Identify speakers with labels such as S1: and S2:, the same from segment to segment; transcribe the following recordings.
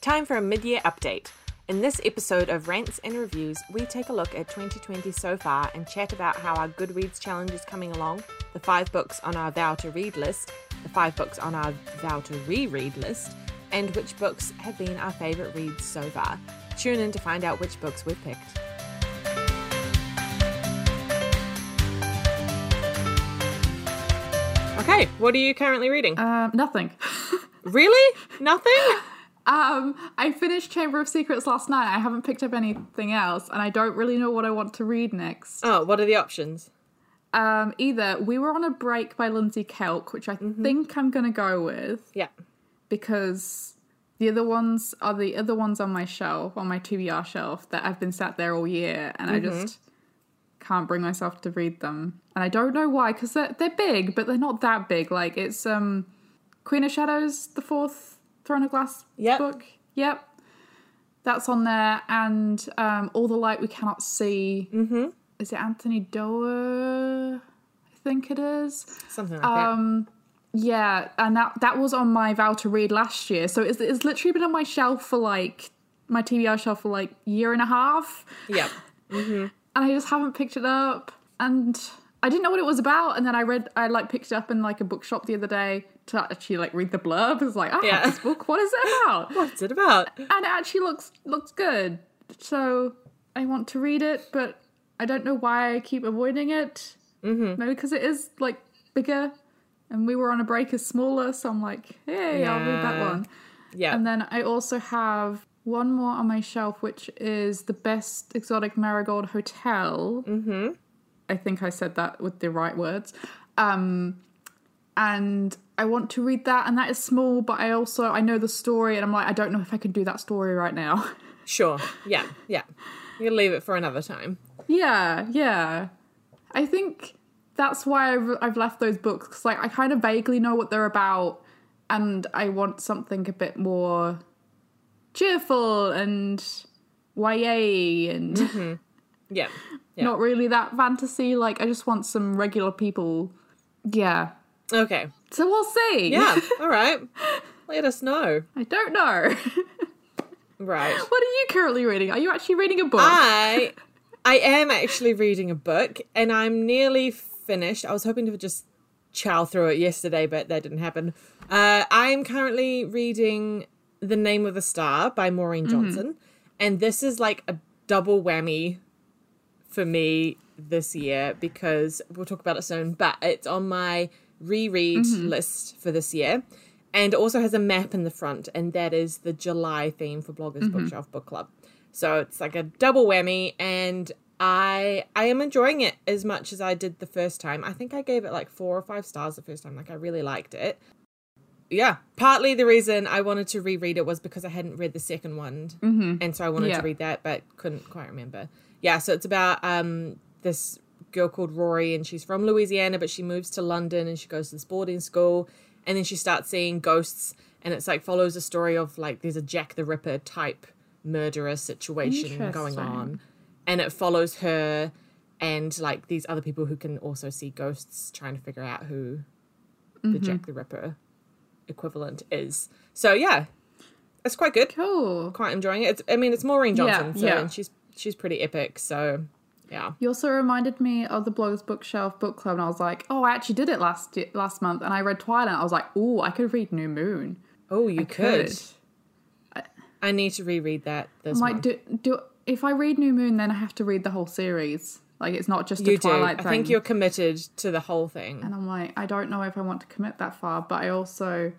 S1: Time for a mid year update. In this episode of Rants and Reviews, we take a look at 2020 so far and chat about how our Goodreads challenge is coming along, the five books on our vow to read list, the five books on our vow to reread list, and which books have been our favourite reads so far. Tune in to find out which books we've picked. Okay, what are you currently reading?
S2: Um, nothing.
S1: really? Nothing?
S2: Um, I finished Chamber of Secrets last night. I haven't picked up anything else, and I don't really know what I want to read next.
S1: Oh, what are the options?
S2: Um, either We Were on a Break by Lindsay Kelk, which I think I'm gonna go with
S1: Yeah.
S2: because the other ones are the other ones on my shelf, on my TBR shelf that I've been sat there all year, and I just can't bring myself to read them. And I don't know why, because they're they're big, but they're not that big. Like it's um, Queen of Shadows, the fourth Throne of Glass
S1: Yep.
S2: book. Yep, that's on there, and um, All the Light We Cannot See. Mm-hmm. Is it Anthony Doerr? I think it is.
S1: Something like
S2: Um, yeah, and that that was on my vow to read last year. So it's it's literally been on my shelf for like my TBR shelf for like year and a half,
S1: that. Yeah.
S2: and I just haven't picked it up. And I didn't know what it was about. And then I read, I like picked it up in like a bookshop the other day to actually like read the blurb. It's like, I
S1: Yeah.
S2: have this book. What is it about?
S1: What's it about?
S2: and it actually looks looks good. So I want to read it, but I don't know why I keep avoiding it. Mm-hmm. Maybe because it is like bigger, and we were on a break is smaller, so I'm like, hey, I'll read that
S1: Yeah.
S2: one.
S1: Yeah.
S2: And then I also have one more on my shelf, which is the best exotic marigold hotel. Mm-hmm. I think I said that with the right words. Um, and I want to read that, and that is small, but I also I know the story, and I'm like, I don't know if I could do that story right now.
S1: Sure. Yeah. Yeah. You leave it for another time.
S2: yeah, yeah. I think that's why I've, I've left those books because like I kind of vaguely know what they're about, and I want something a bit more cheerful and YA and
S1: Yeah. Yeah.
S2: not really that fantasy. Like I just want some regular people. Yeah.
S1: Okay.
S2: So we'll see.
S1: Yeah. All right. Let us know.
S2: I don't know.
S1: Right.
S2: What are you currently reading? Are you actually reading a book?
S1: Ah. I I am actually reading a book and I'm nearly finished. I was hoping to just chow through it yesterday, but that didn't happen. Uh, I am currently reading The Name of a Star by Maureen Johnson. And this is like a double whammy for me this year because we'll talk about it soon, but it's on my reread list for this year. And it also has a map in the front, and that is the July theme for Bloggers Bookshelf Book Club. So it's like a double whammy, and I I am enjoying it as much as I did the first time. I think I gave it like four or five stars the first time. Like I really liked it. Yeah, partly the reason I wanted to reread it was because I hadn't read the second one, and so I wanted
S2: Yeah.
S1: to read that, but couldn't quite remember. Yeah, so it's about um this girl called Rory, and she's from Louisiana, but she moves to London and she goes to this boarding school, and then she starts seeing ghosts, and it's like follows a story of like there's a Jack the Ripper type murderer situation going
S2: Interesting.
S1: on, and it follows her and like these other people who can also see ghosts, trying to figure out who
S2: Mm-hmm.
S1: the Jack the Ripper equivalent is. So yeah, it's quite good.
S2: Cool.
S1: Quite enjoying it. It's, I mean, it's Maureen Johnson, so
S2: yeah.
S1: and she's she's pretty epic. So yeah,
S2: You also reminded me of the Bloggers Bookshelf book club, and I was like, oh, I actually did it last year, last month, and I read Twilight. And I was like, oh, I could read New Moon.
S1: Oh, you could.
S2: Could.
S1: I need to reread that this
S2: I'm like,
S1: month.
S2: do, do if I read New Moon, then I have to read the whole series. Like, it's not just a
S1: you do.
S2: Twilight
S1: I
S2: thing.
S1: think you're committed to the whole thing.
S2: and I'm like, I don't know if I want to commit that far, but I also,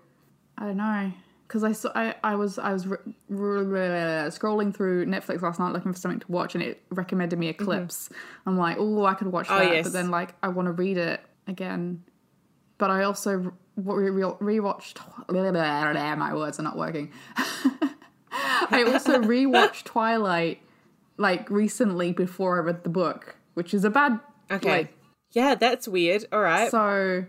S2: I don't know, because I saw I, I was I was r- scrolling through Netflix last night looking for something to watch, and it recommended me Eclipse. I'm like, oh, I could watch that,
S1: Mm-hmm. yes.
S2: but then like I want to read it again, but I also re- re- rewatched. My words are not working. I also rewatched Twilight like recently before I read the book, which is a bad
S1: Okay.
S2: like
S1: yeah, that's weird. All right.
S2: so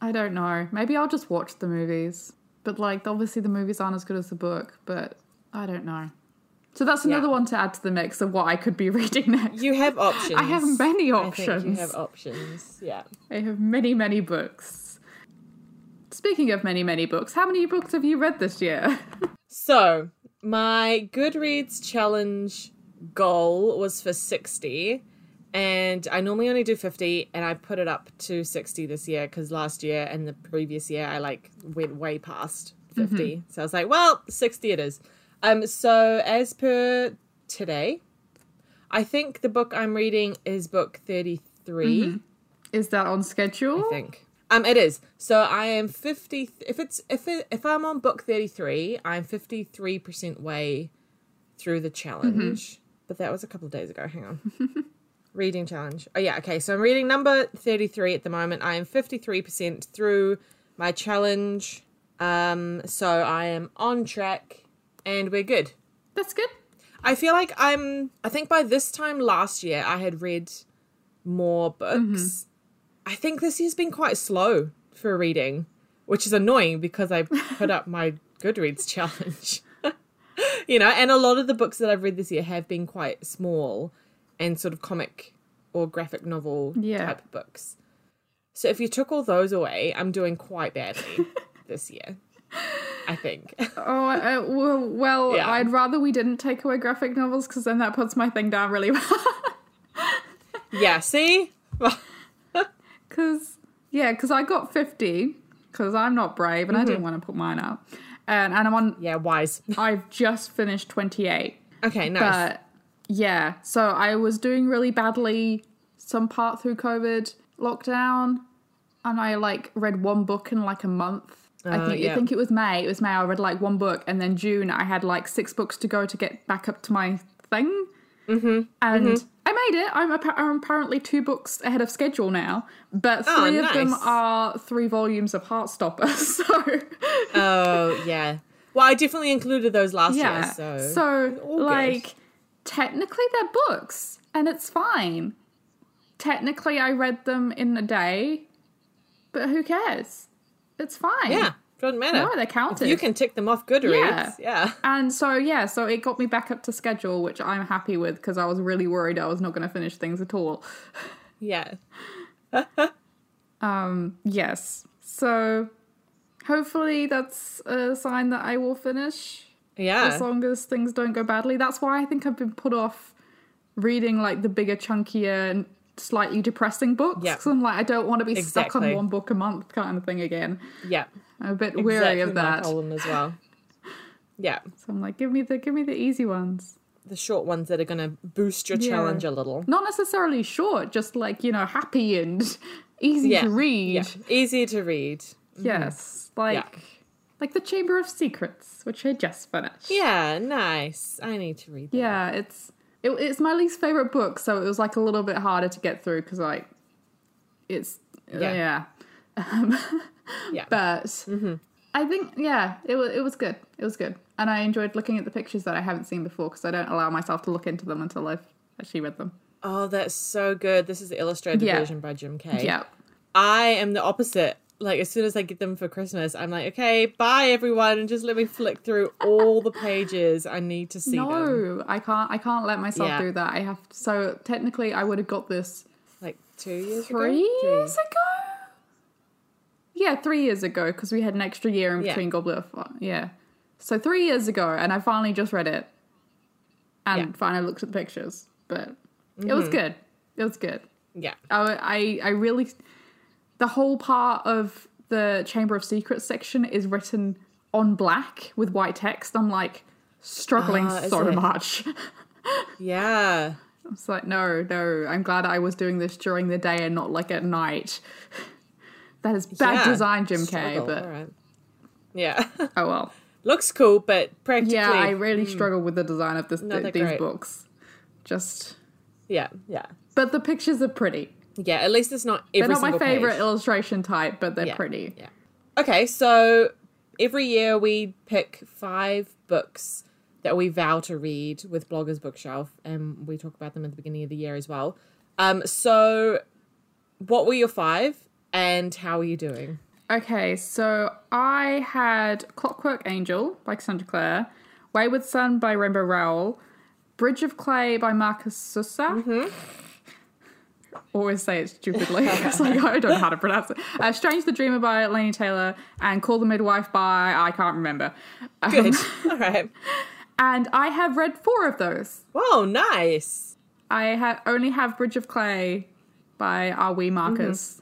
S2: I don't know. Maybe I'll just watch the movies. But like obviously the movies aren't as good as the book, but I don't know. So that's another one to add to the mix of what I could be reading next.
S1: you have options.
S2: I have many
S1: I think you
S2: options.
S1: have options. Yeah.
S2: I have many, many books. Speaking of many, many books, how many books have you read this year?
S1: So My Goodreads challenge goal was for 60, and I normally only do 50, and I put it up to 60 this year because last year and the previous year I like went way past 50. So I was like, well, 60 it is. Um, so as per today, I think the book I'm reading is book 33.
S2: Is that on schedule?
S1: I think. Um, it is. So I am fifty. If it's if it, if I'm on book thirty three, I'm fifty three percent way through the challenge. But that was a couple of days ago. Hang on. reading challenge. Oh yeah. Okay. So I'm reading number thirty three at the moment. I am fifty three percent through my challenge. Um. So I am on track, and we're good.
S2: That's good.
S1: I feel like I'm. I think by this time last year, I had read more books.
S2: Mm-hmm.
S1: I think this year's been quite slow for reading, which is annoying because I put up my Goodreads challenge. you know, and a lot of the books that I've read this year have been quite small and sort of comic or graphic novel
S2: Yeah.
S1: type books. So if you took all those away, I'm doing quite badly this year. I think.
S2: Oh, uh, well, well
S1: Yeah.
S2: I'd rather we didn't take away graphic novels because then that puts my thing down really well.
S1: yeah, see?
S2: Because, yeah, because I got 50 because I'm not brave and I didn't want to put mine up. And, and I'm on,
S1: yeah, wise.
S2: I've just finished 28.
S1: Okay, nice.
S2: But yeah, so I was doing really badly some part through COVID lockdown, and I like read one book in like a month. I
S1: Oh,
S2: think
S1: yeah.
S2: I think it was May. It was May. I read like one book, and then June I had like six books to go to get back up to my thing. Mm-hmm. And
S1: Mm-hmm.
S2: I made it. I'm, appa- I'm apparently two books ahead of schedule now, but
S1: Oh,
S2: three of them
S1: nice.
S2: are three volumes of Heartstopper. So
S1: oh, yeah. Well, I definitely included those last year, so all good.
S2: like, technically they're books, and it's fine. Technically, I read them in a day, but who cares? It's fine.
S1: Yeah, doesn't matter.
S2: No, they're counted.
S1: If you can tick them off Goodreads. Yeah.
S2: Yeah.
S1: yeah.
S2: And so, yeah, so it got me back up to schedule, which I'm happy with because I was really worried I was not going to finish things at all. Um, yes. So, hopefully, that's a sign that I will finish.
S1: Yeah.
S2: as long as things don't go badly. That's why I think I've been put off reading like the bigger, chunkier, and slightly depressing books.
S1: Yeah.
S2: 'cause I'm like, I don't want to be stuck
S1: Exactly.
S2: on one book a month kind of thing again.
S1: yeah.
S2: I'm a bit weary
S1: Exactly
S2: of
S1: my
S2: that. So
S1: problem as well. Yeah.
S2: I'm like, give me the give me the easy ones.
S1: The short ones that are going to boost your
S2: Yeah.
S1: challenge a little.
S2: Not necessarily short, just like you know, happy and easy
S1: Yeah. Mm-hmm.
S2: to read.
S1: Yeah. Easy to read.
S2: Yes, like like the Chamber of Secrets, which I just finished.
S1: Yeah. Nice. I need to read that.
S2: Yeah, it's it, it's my least favorite book, so it was like a little bit harder to get through because like it's uh,
S1: Yeah.
S2: yeah.
S1: Yeah. Mm-hmm.
S2: But I think yeah, it was it was good. It was good, and I enjoyed looking at the pictures that I haven't seen before because I don't allow myself to look into them until I've actually read them.
S1: oh, that's so good. This is the illustrated
S2: Yeah.
S1: version by Jim Kay.
S2: Yeah.
S1: I am the opposite. Like as soon as I get them for Christmas, I'm like, okay, bye everyone, and just let me flick through all the pages. I need to see them.
S2: No, I can't. I can't let myself
S1: Yeah.
S2: do that. I have. So technically, I would have got this
S1: Like two years
S2: three
S1: ago.
S2: years ago. Yeah, three years ago because we had an extra year in
S1: Yeah.
S2: between Goblet of Fire. Yeah, so three years ago, and I finally just read it, and
S1: Yeah. Mm-hmm.
S2: finally looked at the pictures. But it was good. It was good.
S1: Yeah.
S2: I, I I really the whole part of the Chamber of Secrets section is written on black with white text. I'm like struggling
S1: Ah, is
S2: so
S1: it?
S2: much.
S1: Yeah.
S2: It's like, no, no, I'm glad I was doing this during the day and not like at night. That is bad
S1: Yeah.
S2: design, Jim
S1: Struggle,
S2: K, but
S1: alright. yeah,
S2: oh well.
S1: looks cool, but practically,
S2: Yeah, I really struggle with the design of this,
S1: Not that
S2: these
S1: hmm. great.
S2: books. Just,
S1: yeah, yeah,
S2: but the pictures are pretty.
S1: yeah. At least it's not every
S2: They're not my
S1: single
S2: favorite
S1: page.
S2: illustration type, but they're
S1: Yeah,
S2: pretty.
S1: Yeah. Okay, so every year we pick five books that we vow to read with Bloggers Bookshelf, and we talk about them at the beginning of the year as well. Um, so what were your five, and how are you doing?
S2: Okay, so I had Clockwork Angel by Cassandra Clare, Wayward Son by Rainbow Rowell, Bridge of Clay by Marcus Susa. Always say it stupidly. it's like I don't know how to pronounce it. Uh, Strange the Dreamer by Lainey Taylor and Call the Midwife by I can't remember. Um,
S1: Good. All right.
S2: And I have read four of those.
S1: Whoa, nice.
S2: I ha- only have Bridge of Clay by R. W. Marcus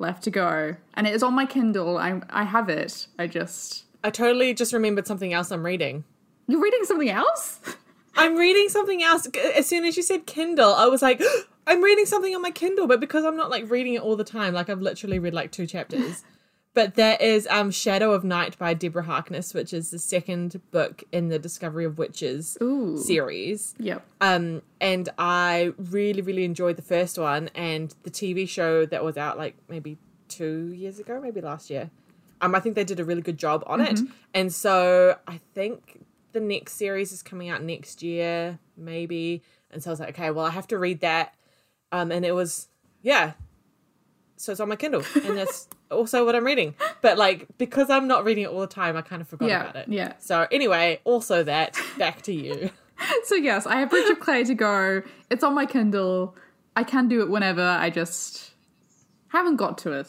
S2: left to go. And it is on my Kindle. I, I have it. I just.
S1: I totally just remembered something else I'm reading.
S2: You're reading something else?
S1: I'm reading something else. G- As soon as you said Kindle, I was like, I'm reading something on my Kindle, but because I'm not like reading it all the time, like I've literally read like two chapters. but there is um Shadow of Night by Deborah Harkness, which is the second book in the Discovery of Witches
S2: Ooh.
S1: series.
S2: Yep.
S1: Um, and I really, really enjoyed the first one and the TV show that was out like maybe two years ago, maybe last year. Um, I think they did a really good job on
S2: Mm-hmm.
S1: it. And so I think the next series is coming out next year, maybe. And so I was like, okay, well, I have to read that. Um, and it was, yeah. So it's on my Kindle. And that's also what I'm reading. But like, because I'm not reading it all the time, I kind of forgot
S2: Yeah,
S1: about it.
S2: yeah.
S1: So anyway, also that, back to you.
S2: So, yes, I have Bridge of Clay to go. It's on my Kindle. I can do it whenever. I just haven't got to it.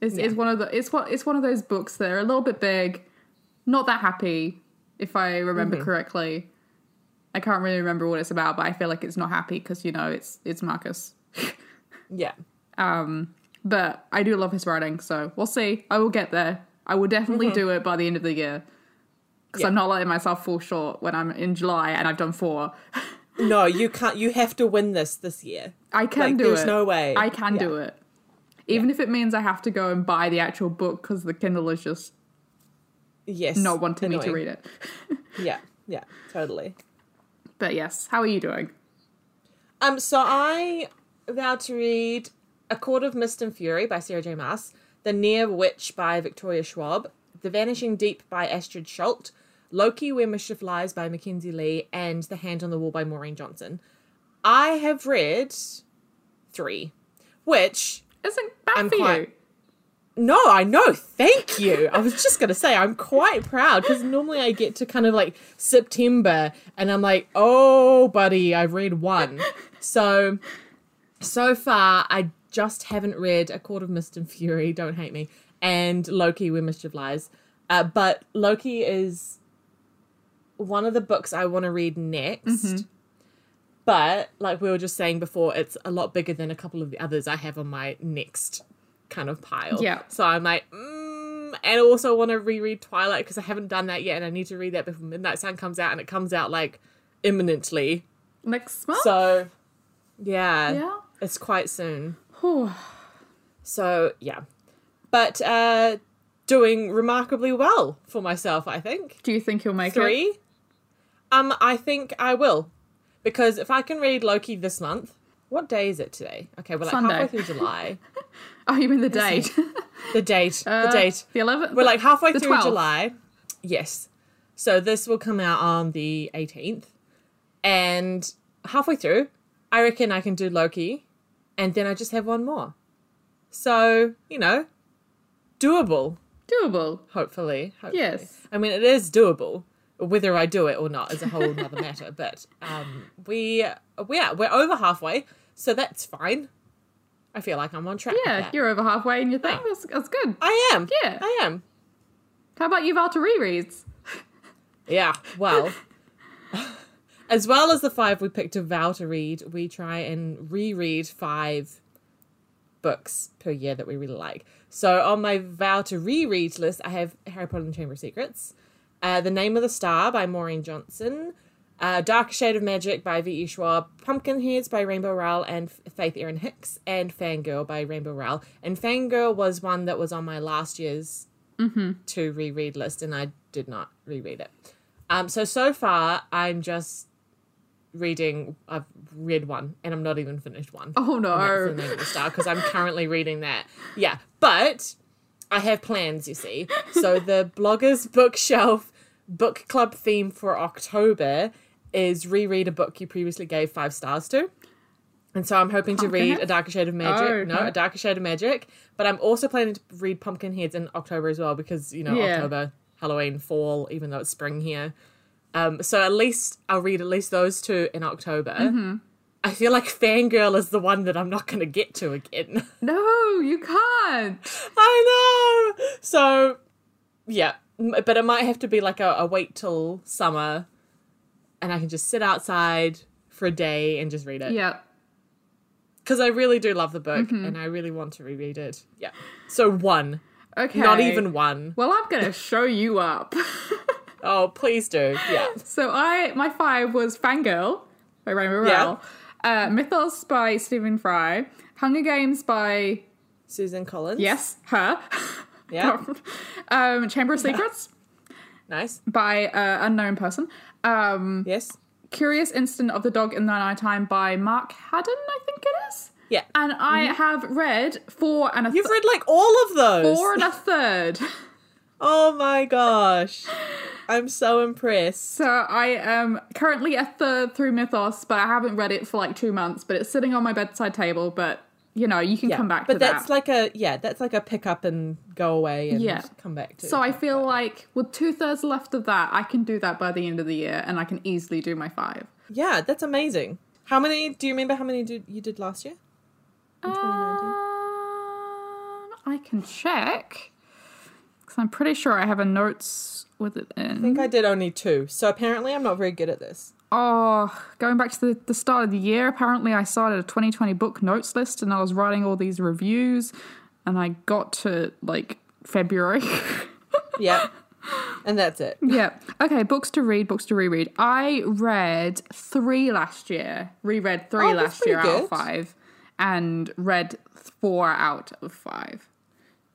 S2: It's, it's one of the it's what it's one of those books that are a little bit big, not that happy, if I remember correctly. I can't really remember what it's about, but I feel like it's not happy because you know it's it's Marcus.
S1: Yeah.
S2: Um, but I do love his writing, so we'll see. I will get there. I will definitely
S1: Mm-hmm.
S2: do it by the end of the year because I'm not letting myself fall short when I'm in July and I've done four.
S1: No, you can't. You have to win this this year.
S2: I can
S1: Like,
S2: do
S1: there's
S2: it.
S1: no way.
S2: I can do
S1: Yeah.
S2: it. Even if it means I have to go and buy the actual book because the Kindle is just
S1: Yes.
S2: not wanting me to read it.
S1: Yeah. Yeah. Totally.
S2: But yes, how are you doing?
S1: Um. So I vowed to read A Court of Mist and Fury by Sarah J. Maas, The Near Witch by Victoria Schwab, The Vanishing Deep by Astrid Schultz, Loki Where Mischief Lies by Mackenzie Lee, and The Hand on the Wall by Maureen Johnson. I have read three, which
S2: Isn't bad
S1: I'm
S2: for
S1: quite-
S2: you.
S1: No, I know. Thank you. I was just going to say, I'm quite proud because normally I get to kind of like September and I'm like, oh, buddy, I've read one. So, so far, I just haven't read A Court of Mist and Fury, Don't Hate Me, and Loki, Where Mischief Lies. Uh, but Loki is one of the books I want to read next. But like we were just saying before, it's a lot bigger than a couple of the others I have on my next kind of pile.
S2: Yeah.
S1: So I'm like, mm, and I also want to reread Twilight because I haven't done that yet, and I need to read that before Midnight Sun comes out, and it comes out like imminently.
S2: Next month?
S1: So, yeah,
S2: Oh. Yeah.
S1: it's quite soon.
S2: Whew.
S1: So yeah, but uh, doing remarkably well for myself, I think
S2: Do you think you'll make it?
S1: three. Um, I think I will, because if I can read Loki this month, what day is it today? Okay, we're like
S2: Sunday.
S1: halfway through July.
S2: Oh, you mean the date?
S1: The date, the
S2: Uh,
S1: date.
S2: The 11th?
S1: We're like halfway
S2: the
S1: through
S2: 12th.
S1: July. Yes. So this will come out on the 18th, and halfway through, I reckon I can do Loki, and then I just have one more. So you know, doable.
S2: Doable.
S1: Hopefully, hopefully.
S2: Yes.
S1: I mean, it is doable. Whether I do it or not is a whole other matter. But um, we, yeah, we're over halfway, so that's fine. I feel like I'm on track. with
S2: Yeah,
S1: that.
S2: you're over halfway in your thing. That's, that's good.
S1: I am.
S2: Yeah.
S1: I am.
S2: How about you, Val, to rereads?
S1: Yeah. Well, as well as the five we picked to vow to read, we try and reread five books per year that we really like. So on my vow to reread list, I have Harry Potter and the Chamber of Secrets, uh, The Name of the Star by Maureen Johnson, uh, Dark Shade of Magic by V.E. Schwab, Pumpkinheads by Rainbow Rowell and F- Faith Erin Hicks, and Fangirl by Rainbow Rowell. And Fangirl was one that was on my last year's to reread list, and I did not reread it. Um, so so far, I'm just reading. I've read one, and I'm not even finished one.
S2: Oh, no.
S1: That's the name of the star because I'm currently reading that. Yeah, but I have plans, you see. So the bloggers bookshelf book club theme for October is reread a book you previously gave five stars to. And so I'm hoping to read
S2: Pumpkinhead?
S1: A Darker Shade of Magic.
S2: Oh,
S1: no,
S2: okay.
S1: A Darker Shade of Magic. But I'm also planning to read Pumpkinheads in October as well because, you know,
S2: Yeah.
S1: October, Halloween, fall, even though it's spring here. Um, so at least I'll read at least those two in October.
S2: Mm-hmm.
S1: I feel like Fangirl is the one that I'm not going to get to again.
S2: No, you can't.
S1: I know. So, yeah, m- but it might have to be like a, a wait till summer and I can just sit outside for a day and just read it.
S2: Yeah. Mm-hmm.
S1: Because I really do love the book and I really want to reread it. Yeah. So one.
S2: Okay.
S1: Not even one.
S2: Well, I'm gonna show you up.
S1: Oh, please do. Yeah.
S2: So I my five was Fangirl by Ray Morrell, uh, Mythos by Stephen Fry, Hunger Games by
S1: Susan Collins.
S2: yes Oh. her,
S1: Yeah.
S2: um, Chamber of Secrets
S1: Nice.
S2: by uh, unknown person, um,
S1: Yes.
S2: Curious Incident of the Dog in the Night Time by Mark Haddon, I think it is.
S1: Yeah.
S2: And I have read four and a
S1: Mm-hmm. You've
S2: th-
S1: read like all of those.
S2: four and a third.
S1: Oh my gosh. I'm so impressed.
S2: So I am currently a third through Mythos, but I haven't read it for like two months. But it's sitting on my bedside table. But you know, you can
S1: Yeah.
S2: come back
S1: but
S2: to
S1: that's
S2: that.
S1: like a yeah, that's like a pick up and go away and
S2: Yeah.
S1: come back to.
S2: so I feel like with two thirds left of that, I can do that by the end of the year, and I can easily do my five.
S1: yeah, that's amazing. How many do you remember how many did you did last year?
S2: Um, I can check because I'm pretty sure I have a notes with it in.
S1: I think I did only two. So apparently I'm not very good at this.
S2: Oh, going back to the, the start of the year, apparently I started a 2020 book notes list and I was writing all these reviews and I got to like February.
S1: Yeah. and that's it.
S2: yeah. Okay, books to read, books to reread. I read three last year, reread three
S1: Oh, that's
S2: last year
S1: pretty
S2: out
S1: good.
S2: of five, and read four out of five,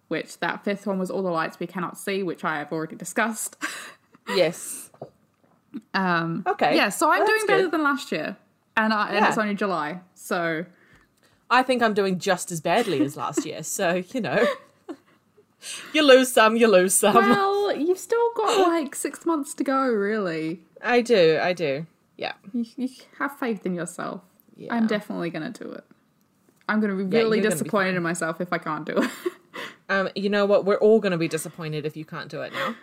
S2: which that fifth one was All the Lights We Cannot See, which I have already discussed.
S1: Yes.
S2: Um,
S1: Okay.
S2: Yeah, so I'm
S1: Well,
S2: doing
S1: that's
S2: better
S1: good.
S2: than last year. And, I, and
S1: Yeah.
S2: it's only July, so
S1: I think I'm doing just as badly as last year. So, you know. you lose some, you lose some.
S2: Well, you've still got like six months to go, really.
S1: I do, I do. Yeah.
S2: You, you have faith in yourself.
S1: Yeah.
S2: I'm definitely going to do it. I'm going to be
S1: Yeah,
S2: really
S1: you're gonna be
S2: disappointed in myself if I can't do it.
S1: Um, you know what? We're all going to be disappointed if you can't do it now.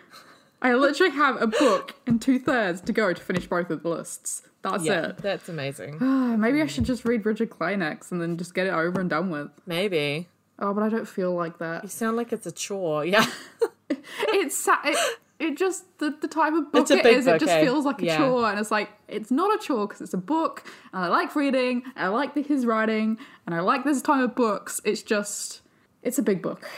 S2: I literally have a book and two thirds to go to finish both of the lists. That's
S1: Yeah,
S2: it.
S1: that's amazing.
S2: Ah, Maybe I should just read Richard Clay next and then just get it over and done with.
S1: Maybe
S2: Oh, but I don't feel like that.
S1: you sound like it's a chore. Yeah,
S2: it's sa- it, it just the, the type of book
S1: It's a
S2: it
S1: big
S2: is it
S1: book,
S2: just
S1: eh?
S2: feels like a
S1: Yeah.
S2: chore and it's like it's not a chore because it's a book and i like reading and i like the, his writing and i like this type of books it's just it's a big book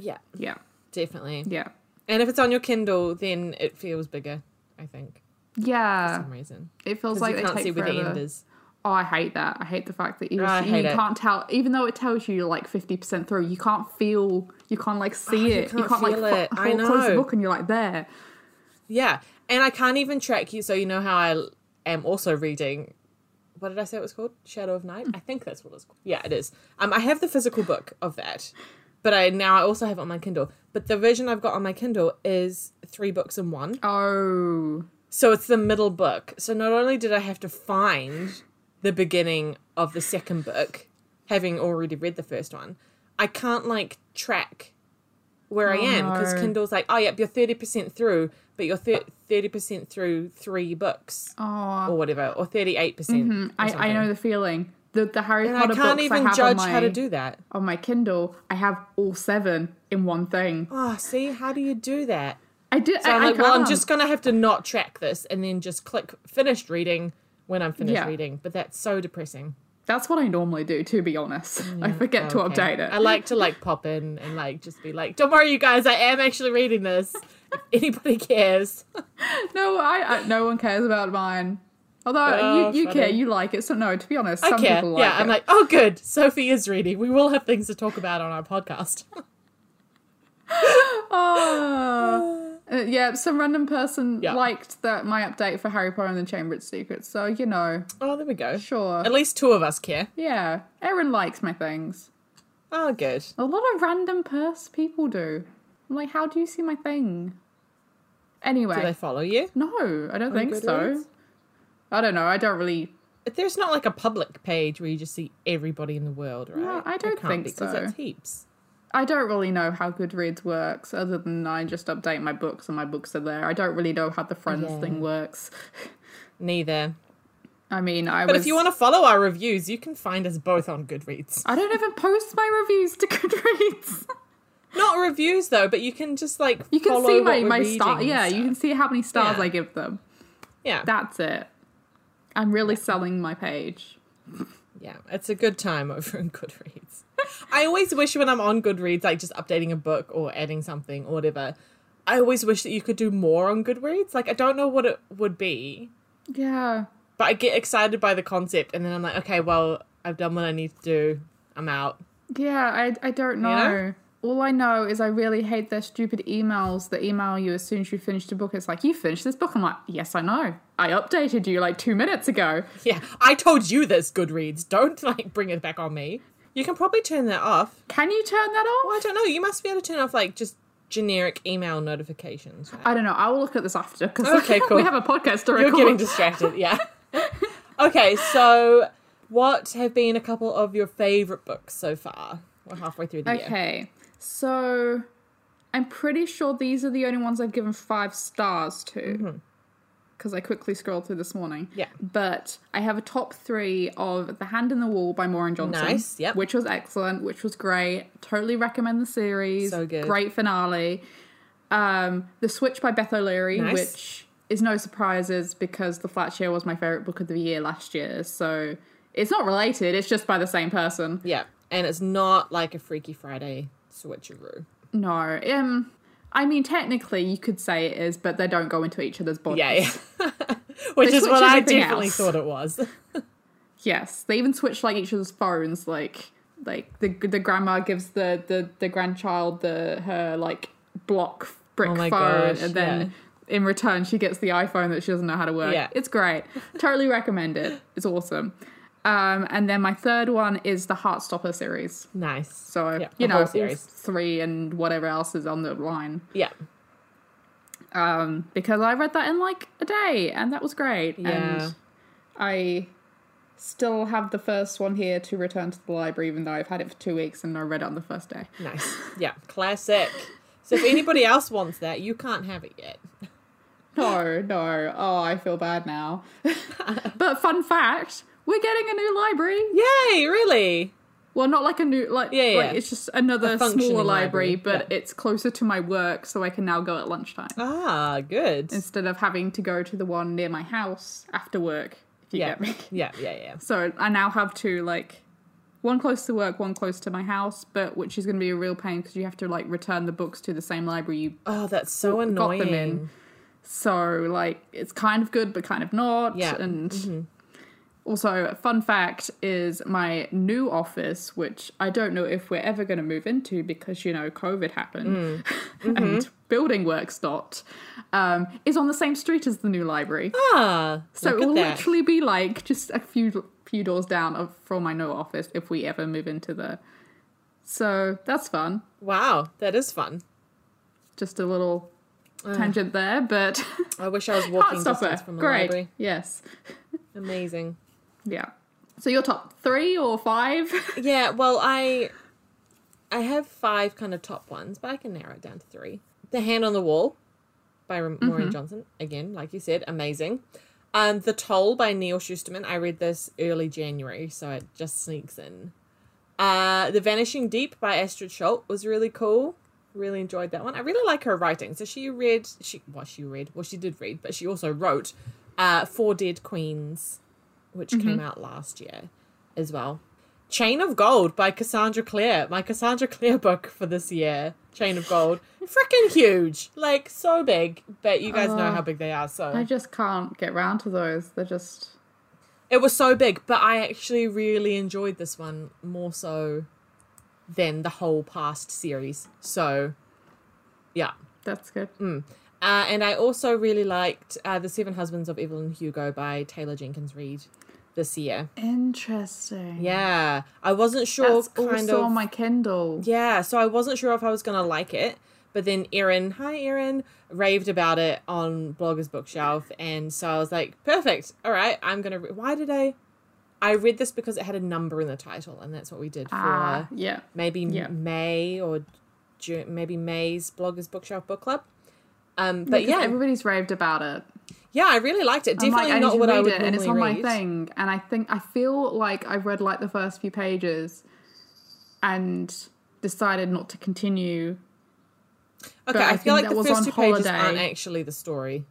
S1: yeah,
S2: yeah
S1: definitely.
S2: yeah
S1: And if it's on your Kindle, then it feels bigger. I think for
S2: yeah
S1: some reason
S2: it feels
S1: 'Cause
S2: like
S1: you
S2: they
S1: can't
S2: take
S1: see where the
S2: forever.
S1: end is.
S2: oh i hate that i hate the fact that you,
S1: I
S2: you
S1: hate it.
S2: can't tell even though it tells you you're like 50% through you can't feel you can't like see
S1: Oh, you
S2: it you
S1: can't
S2: can't like
S1: feel
S2: fo-
S1: it. I
S2: hold close the
S1: know.
S2: book and you're like there
S1: Yeah, and I can't even track you. So you know how I l- am also reading. What did I say it was called? Shadow of Night. I think that's what it's called. Yeah, it is. Um, I have the physical book of that, but I now I also have it on my Kindle. But the version I've got on my Kindle is three books in one.
S2: oh
S1: So it's the middle book. So not only did I have to find the beginning of the second book, having already read the first one, I can't like track where I
S2: Oh,
S1: am because
S2: no.
S1: Kindle's like, oh, yep, you're 30% through, but you're thir- 30% through three books
S2: oh
S1: or whatever, or 38%. or
S2: I, I
S1: something.
S2: know the feeling. The the Harry
S1: And I
S2: Potter
S1: can't
S2: books
S1: even
S2: Mm-hmm. I have
S1: judge
S2: on my,
S1: how to do that.
S2: on my Kindle. I have all seven in one thing.
S1: Oh, see, how do you do that?
S2: I did.
S1: So
S2: I,
S1: I'm
S2: I
S1: like, well, I'm
S2: can't.
S1: just going to have to not track this and then just click finished reading when I'm finished
S2: Yeah.
S1: reading. But that's so depressing.
S2: That's what I normally do. To be honest, I forget to
S1: Okay.
S2: update it.
S1: I like to like pop in and like just be like, "Don't worry, you guys, I am actually reading this. If anybody cares?"
S2: no, I, I no one cares about mine. Although
S1: Oh,
S2: you, you
S1: funny.
S2: care, you like it. So no, to be honest,
S1: I
S2: some
S1: care.
S2: people like
S1: yeah,
S2: it.
S1: I'm like, "Oh, good. Sophie is reading. We will have things to talk about on our podcast."
S2: oh. Uh, yeah, some random person
S1: Yeah.
S2: liked that my update for Harry Potter and the Chamber of Secrets. So you know,
S1: oh, there we go.
S2: sure,
S1: At least two of us care.
S2: yeah. Erin likes my things.
S1: Oh, good.
S2: A lot of random purse people do. I'm like, how do you see my thing?
S1: Do they
S2: Anyway,
S1: follow you?
S2: no, I don't think so.
S1: Goodreads?
S2: I don't know. I don't really.
S1: If There's not like a public page where you just see everybody in the world, right?
S2: I
S1: There
S2: don't
S1: can't
S2: think
S1: be, 'cause
S2: so.
S1: That's heaps.
S2: I don't really know how Goodreads works, other than I just update my books and my books are there. I don't really know how the friends
S1: Yeah.
S2: thing works.
S1: Neither.
S2: I mean, I
S1: But
S2: was.
S1: if you want to follow our reviews, you can find us both on Goodreads.
S2: I don't even post my reviews to Goodreads.
S1: Not reviews though, but you can just like
S2: You can
S1: follow
S2: see
S1: what
S2: my
S1: we're
S2: my
S1: reading
S2: star.
S1: and
S2: Yeah, you
S1: stuff.
S2: can see how many stars
S1: Yeah.
S2: I give them.
S1: Yeah.
S2: That's it. I'm really selling my page.
S1: Yeah, it's a good time over on Goodreads. I always wish when I'm on Goodreads, like just updating a book or adding something or whatever, I always wish that you could do more on Goodreads. Like, I don't know what it would be,
S2: Yeah.
S1: but I get excited by the concept and then I'm like, okay, well, I've done what I need to do. I'm out.
S2: Yeah, I, I don't know.
S1: know?
S2: All I know is I really hate their stupid emails that email you as soon as you finish the book. It's like, you finished this book. I'm like, yes, I know. I updated you like two minutes ago.
S1: Yeah, I told you this, Goodreads. Don't like bring it back on me. You can probably turn that off.
S2: Can you turn that off?
S1: Well, I don't know. You must be able to turn off like just generic email notifications. Right?
S2: I don't know. I will look at this after because
S1: Okay, cool.
S2: we have a podcast to
S1: You're
S2: record.
S1: getting distracted, yeah. okay, so what have been a couple of your favorite books so far? We're halfway through the year.
S2: Okay, so I'm pretty sure these are the only ones I've given five stars to because I quickly scrolled through this morning.
S1: Mm-hmm. Yeah.
S2: but I have a top three of "The Hand in the Wall" by Maureen Johnson.
S1: Nice, yep.
S2: which was excellent, which was great. Totally recommend the series.
S1: So good.
S2: Great finale. Um, "The Switch" by Beth O'Leary,
S1: Nice.
S2: which is no surprises because "The Flat Share" was my favorite book of the year last year, so. It's not related, it's just by the same person.
S1: Yeah, and it's not like a Freaky Friday switcheroo.
S2: No. Um I mean technically you could say it is, but they don't go into each other's bodies.
S1: Yeah, yeah. which
S2: They
S1: is what
S2: switch
S1: I
S2: everything
S1: definitely
S2: else.
S1: thought it was.
S2: Yes. They even switch like each other's phones, like like the the grandma gives the the, the grandchild the her like block brick
S1: Oh my
S2: phone
S1: gosh,
S2: and then in return she gets the iPhone that she doesn't know how to work.
S1: Yeah.
S2: It's great. totally recommend it. It's awesome. Um, and then my third one is the Heartstopper series.
S1: Nice.
S2: So
S1: Yeah,
S2: you
S1: the
S2: know,
S1: whole
S2: all
S1: series.
S2: three and whatever else is on the line.
S1: yeah,
S2: um, because I read that in like a day, and that was great.
S1: Yeah.
S2: And I still have the first one here to return to the library, even though I've had it for two weeks and I read it on the first day.
S1: nice. Yeah, classic. So if anybody else wants that, you can't have it yet.
S2: No, no. Oh, I feel bad now. but fun fact. We're getting a new library.
S1: Yay, really?
S2: Well, not like a new like,
S1: Yeah, yeah.
S2: like it's just another
S1: functioning
S2: smaller library,
S1: library,
S2: but it's closer to my work, so I can now go at lunchtime
S1: Ah, good.
S2: instead of having to go to the one near my house after work. If you
S1: Yeah,
S2: get me.
S1: yeah, yeah, yeah.
S2: So I now have two, like, one close to work, one close to my house, but which is going to be a real pain because you have to, like, return the books to the same library you.
S1: Oh, that's so
S2: got
S1: annoying.
S2: them in. So, like, it's kind of good, but kind of not.
S1: Yeah. mm-hmm.
S2: And also, a fun fact is my new office, which I don't know if we're ever going to move into because, you know,
S1: Mm.
S2: COVID happened
S1: Mm-hmm.
S2: and building work stopped, um, is on the same street as the new library.
S1: Ah,
S2: So
S1: look
S2: it
S1: at
S2: will
S1: that.
S2: literally be like just a few few doors down of, from my new office if we ever move into the. So that's fun.
S1: Wow, that is fun.
S2: Just a little tangent there, but
S1: I wish I was
S2: can't
S1: walking
S2: stop
S1: distance
S2: it.
S1: from the
S2: Great.
S1: library.
S2: Yes.
S1: Amazing.
S2: Yeah. So your top three or five?
S1: Yeah, well, I I have five kind of top ones, but I can narrow it down to three. The Hand on the Wall by Ra- Maureen Johnson. Again, like you said, amazing. Um, The Toll by Neil Schusterman. I read this early January, so it just sneaks in. Uh, the Vanishing Deep by Astrid Schultz was really cool. Really enjoyed that one. I really like her writing. So she read she well, she read well she did read, but she also wrote uh, Four Dead Queens, which came out last year as well. Chain of Gold by Cassandra Clare. My Cassandra Clare book for this year. Chain of Gold. Freaking huge. Like so big. But you guys know how big they are, so
S2: I just can't get round to those. They're just
S1: it was so big, but I actually really enjoyed this one more so than the whole past series. So, yeah.
S2: that's good.
S1: Uh, and I also really liked uh, The Seven Husbands of Evelyn Hugo by Taylor Jenkins Reid this year.
S2: Interesting.
S1: Yeah. I wasn't sure
S2: That's
S1: kind
S2: also
S1: of
S2: on my Kindle.
S1: Yeah, so I wasn't sure if I was gonna like it, but then Erin, hi Erin, raved about it on Bloggers Bookshelf, and so I was like, perfect, all right, I'm gonna. Re- Why did I? I read this because it had a number in the title, and that's what we did for
S2: Ah, yeah.
S1: maybe
S2: yeah.
S1: May or Ju- maybe May's Bloggers Bookshelf book club. Um, but
S2: Because
S1: yeah,
S2: everybody's raved about to
S1: yeah, I really liked it.
S2: I'm
S1: Definitely
S2: like, I need
S1: not
S2: to
S1: what I
S2: read
S1: would
S2: it,
S1: normally
S2: and it's on
S1: read.
S2: my thing and i think i feel like i read like the first few pages and decided not to continue
S1: Okay,
S2: but
S1: I,
S2: I
S1: feel
S2: think
S1: like
S2: that
S1: the
S2: was
S1: first
S2: on
S1: two pages
S2: holiday.
S1: aren't actually the story.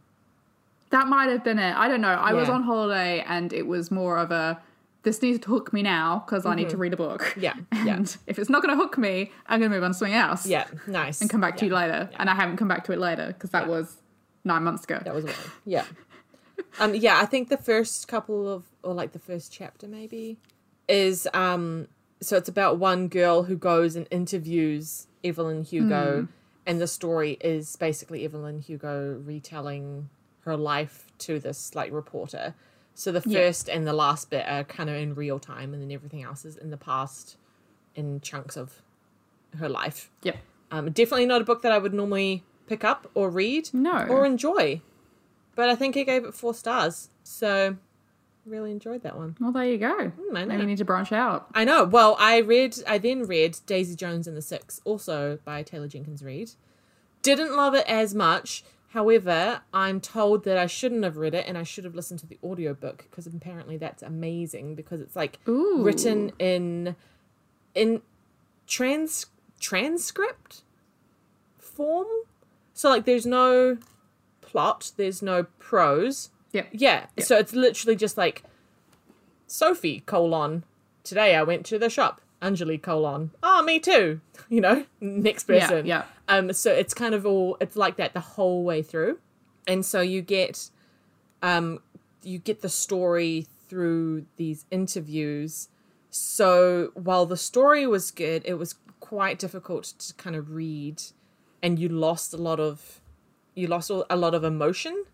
S2: That might have been it. I don't know. I was
S1: Yeah.
S2: on holiday and it was more of a this needs to hook me now because I need to read a book.
S1: Mm-hmm. Yeah, yeah.
S2: And if it's not going to hook me, I'm going to move on to something else.
S1: Yeah, nice.
S2: And come back to you later. And I haven't come back to it later because that was nine months ago.
S1: That was one. Yeah. Um yeah, I think the first couple of or like the first chapter maybe is um so it's about one girl who goes and interviews Evelyn Hugo and the story is basically Evelyn Hugo retelling her life to this like reporter. So the
S2: Yeah.
S1: first and the last bit are kind of in real time and then everything else is in the past in chunks of her life.
S2: Yep.
S1: Um, definitely not a book that I would normally pick up or read
S2: No.
S1: or enjoy. But I think he gave it four stars. So really enjoyed that one. Hmm,
S2: Well, there you go.
S1: I
S2: now
S1: know.
S2: you need to branch out.
S1: I know. Well, I read I then read Daisy Jones and the Six, also by Taylor Jenkins Reid. Didn't love it as much. However, I'm told that I shouldn't have read it and I should have listened to the audiobook because apparently that's amazing because it's like
S2: Ooh.
S1: written in in trans transcript form. So like there's no plot, there's no prose.
S2: Yep.
S1: Yeah. So it's literally just like Sophie colon. Today I went to the shop. Anjali colon. Ah, me too. You know, next person.
S2: yeah.
S1: Um. So it's kind of all. It's like that the whole way through, and so you get, um, you get the story through these interviews. So while the story was good, it was quite difficult to kind of read, and you lost a lot of, you lost a lot of emotion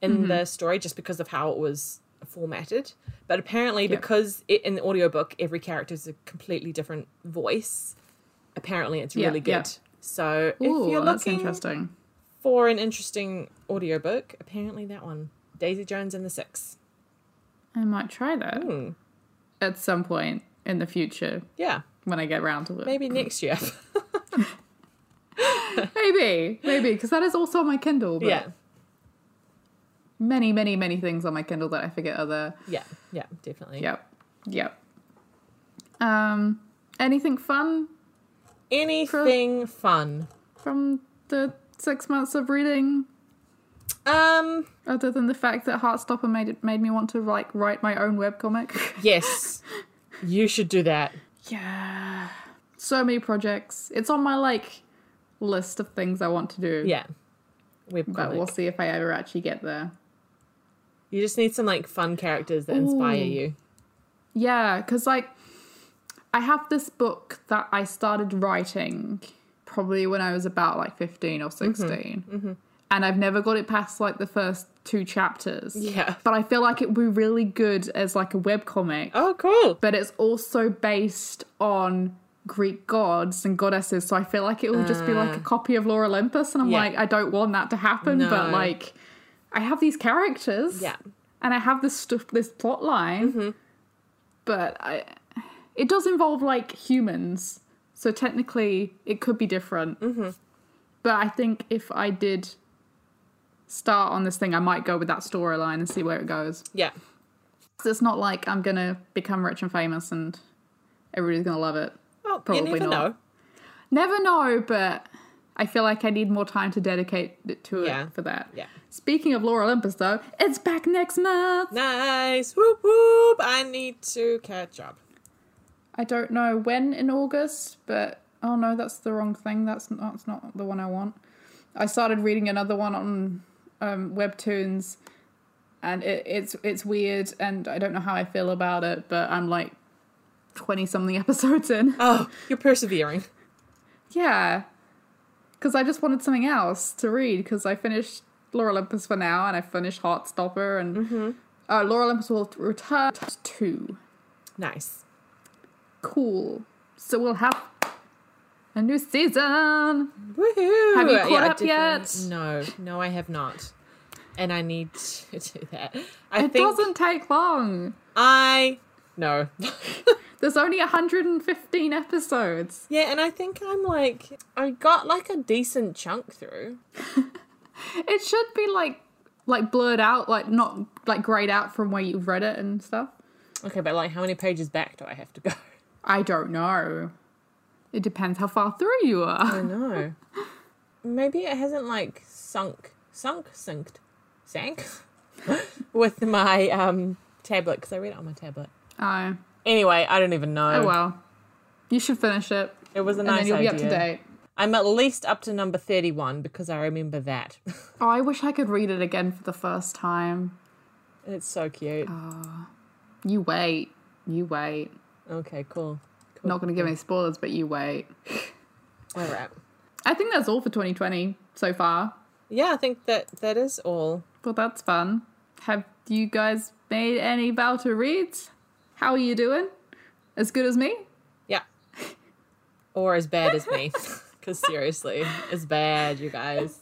S1: in
S2: Mm-hmm.
S1: the story just because of how it was formatted. But apparently, because it, in the audiobook, every character is a completely different voice, apparently it's
S2: Yeah,
S1: really
S2: yeah.
S1: good. So if
S2: Ooh,
S1: you're
S2: that's
S1: looking
S2: interesting.
S1: for an interesting audiobook, apparently that one Daisy Jones and the Six.
S2: I might try that
S1: Hmm.
S2: at some point in the future
S1: Yeah,
S2: when I get round to it.
S1: maybe next year.
S2: Maybe, maybe, because that is also on my Kindle. But
S1: yeah,
S2: Many, many, many things on my Kindle that I forget are there.
S1: yeah, yeah, definitely.
S2: Yep. Yep. Um, anything fun
S1: Anything fun?
S2: from the six months of reading,
S1: Um,
S2: other than the fact that Heartstopper made it made me want to like write my own webcomic?
S1: yes, you should do that.
S2: yeah. So many projects. It's on my like list of things I want to do.
S1: Yeah, webcomic.
S2: But we'll see if I ever actually get there.
S1: You just need some like fun characters that inspire
S2: Ooh.
S1: you.
S2: Yeah, because like I have this book that I started writing probably when I was about like 15 or 16. And I've never got it past like the first two chapters.
S1: Yeah.
S2: But I feel like it would be really good as like a webcomic.
S1: Oh, cool.
S2: But it's also based on Greek gods and goddesses. So I feel like it will just be like a copy of Lore Olympus. And I'm
S1: Ah. Yeah.
S2: like, I don't want that to happen. But
S1: No.
S2: like, I have these characters
S1: Yeah. Mm-hmm.
S2: and I have this stuff, this plot line, but I, it does involve like humans, so technically it could be different.
S1: Mm-hmm.
S2: But I think if I did start on this thing, I might go with that storyline and see where it goes.
S1: Yeah.
S2: 'Cause it's not like I'm gonna become rich and famous and everybody's gonna love it.
S1: Well, you
S2: Probably
S1: never
S2: not.
S1: know.
S2: Never know, but I feel like I need more time to dedicate it to
S1: Yeah.
S2: it for that.
S1: Yeah.
S2: Speaking of Laura Olympus, though, it's back next month.
S1: Nice. Whoop whoop. I need to catch up.
S2: I don't know when in August, but oh no, that's the wrong thing. That's that's not the one I want. I started reading another one on um, webtoons, and it, it's it's weird, and I don't know how I feel about it. But I'm like twenty something episodes in.
S1: Oh, you're persevering.
S2: Yeah, because I just wanted something else to read. Because I finished Laura Olympus for now, and I finished Heartstopper, and
S1: Mm-hmm.
S2: uh, Laura Olympus will return to
S1: Nice.
S2: cool. So we'll have a new season.
S1: Woohoo.
S2: Have you caught
S1: I
S2: up
S1: definitely-
S2: yet?
S1: No, no, I have not. And I need to do that. I
S2: It
S1: think
S2: doesn't take long.
S1: I no.
S2: There's only 115 episodes.
S1: yeah, and I think I'm like I got like a decent chunk through.
S2: It should be like like blurred out, like not like grayed out from where you've read it and stuff.
S1: Okay, but like how many pages back do I have to go?
S2: I don't know. It depends how far through you are.
S1: I know. Maybe it hasn't like sunk, sunk, sinked, sank. with my um, tablet because I read it on my tablet.
S2: Oh,
S1: Anyway, I don't even know.
S2: oh well. You should finish it,
S1: It was Um, a
S2: and
S1: nice
S2: then you'll
S1: idea.
S2: be up to date.
S1: I'm at least up to number 31 because I remember that.
S2: Oh, I wish I could read it again for the first time.
S1: it's so cute.
S2: You wait. You wait.
S1: Okay, cool. cool.
S2: Not going to give any spoilers, but you wait.
S1: All right.
S2: I think that's all for 2020 so far.
S1: Yeah, I think that that is all.
S2: Well, that's fun. Have you guys made any Valter reads? How are you doing? As good as me?
S1: Yeah. Or as bad as me. Because seriously, it's bad, you guys.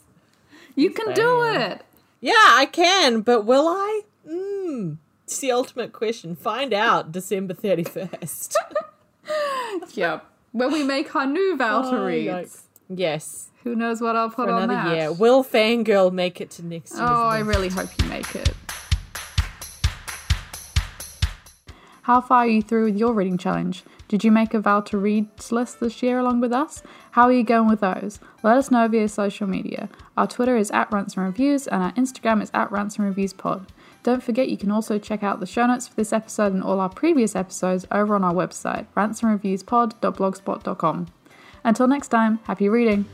S2: You can do it.
S1: Yeah, I can, but will I? Mmm. It's the ultimate question. Find out December 31st.
S2: Yep. When we make our new Valter
S1: Oh,
S2: reads,
S1: yikes. Yes,
S2: who knows what I'll put
S1: for
S2: on
S1: another
S2: that?
S1: year. Will Fangirl make it to next year?
S2: Oh, I really hope you make it. How far are you through with your reading challenge? Did you make a vow to reads list this year along with us? How are you going with those? Let us know via social media. Our Twitter is at Rants and Reviews and our Instagram is at Rants and Reviews Pod. Don't forget you can also check out the show notes for this episode and all our previous episodes over on our website, rantsandreviewspod.blogspot.com. Until next time, happy reading!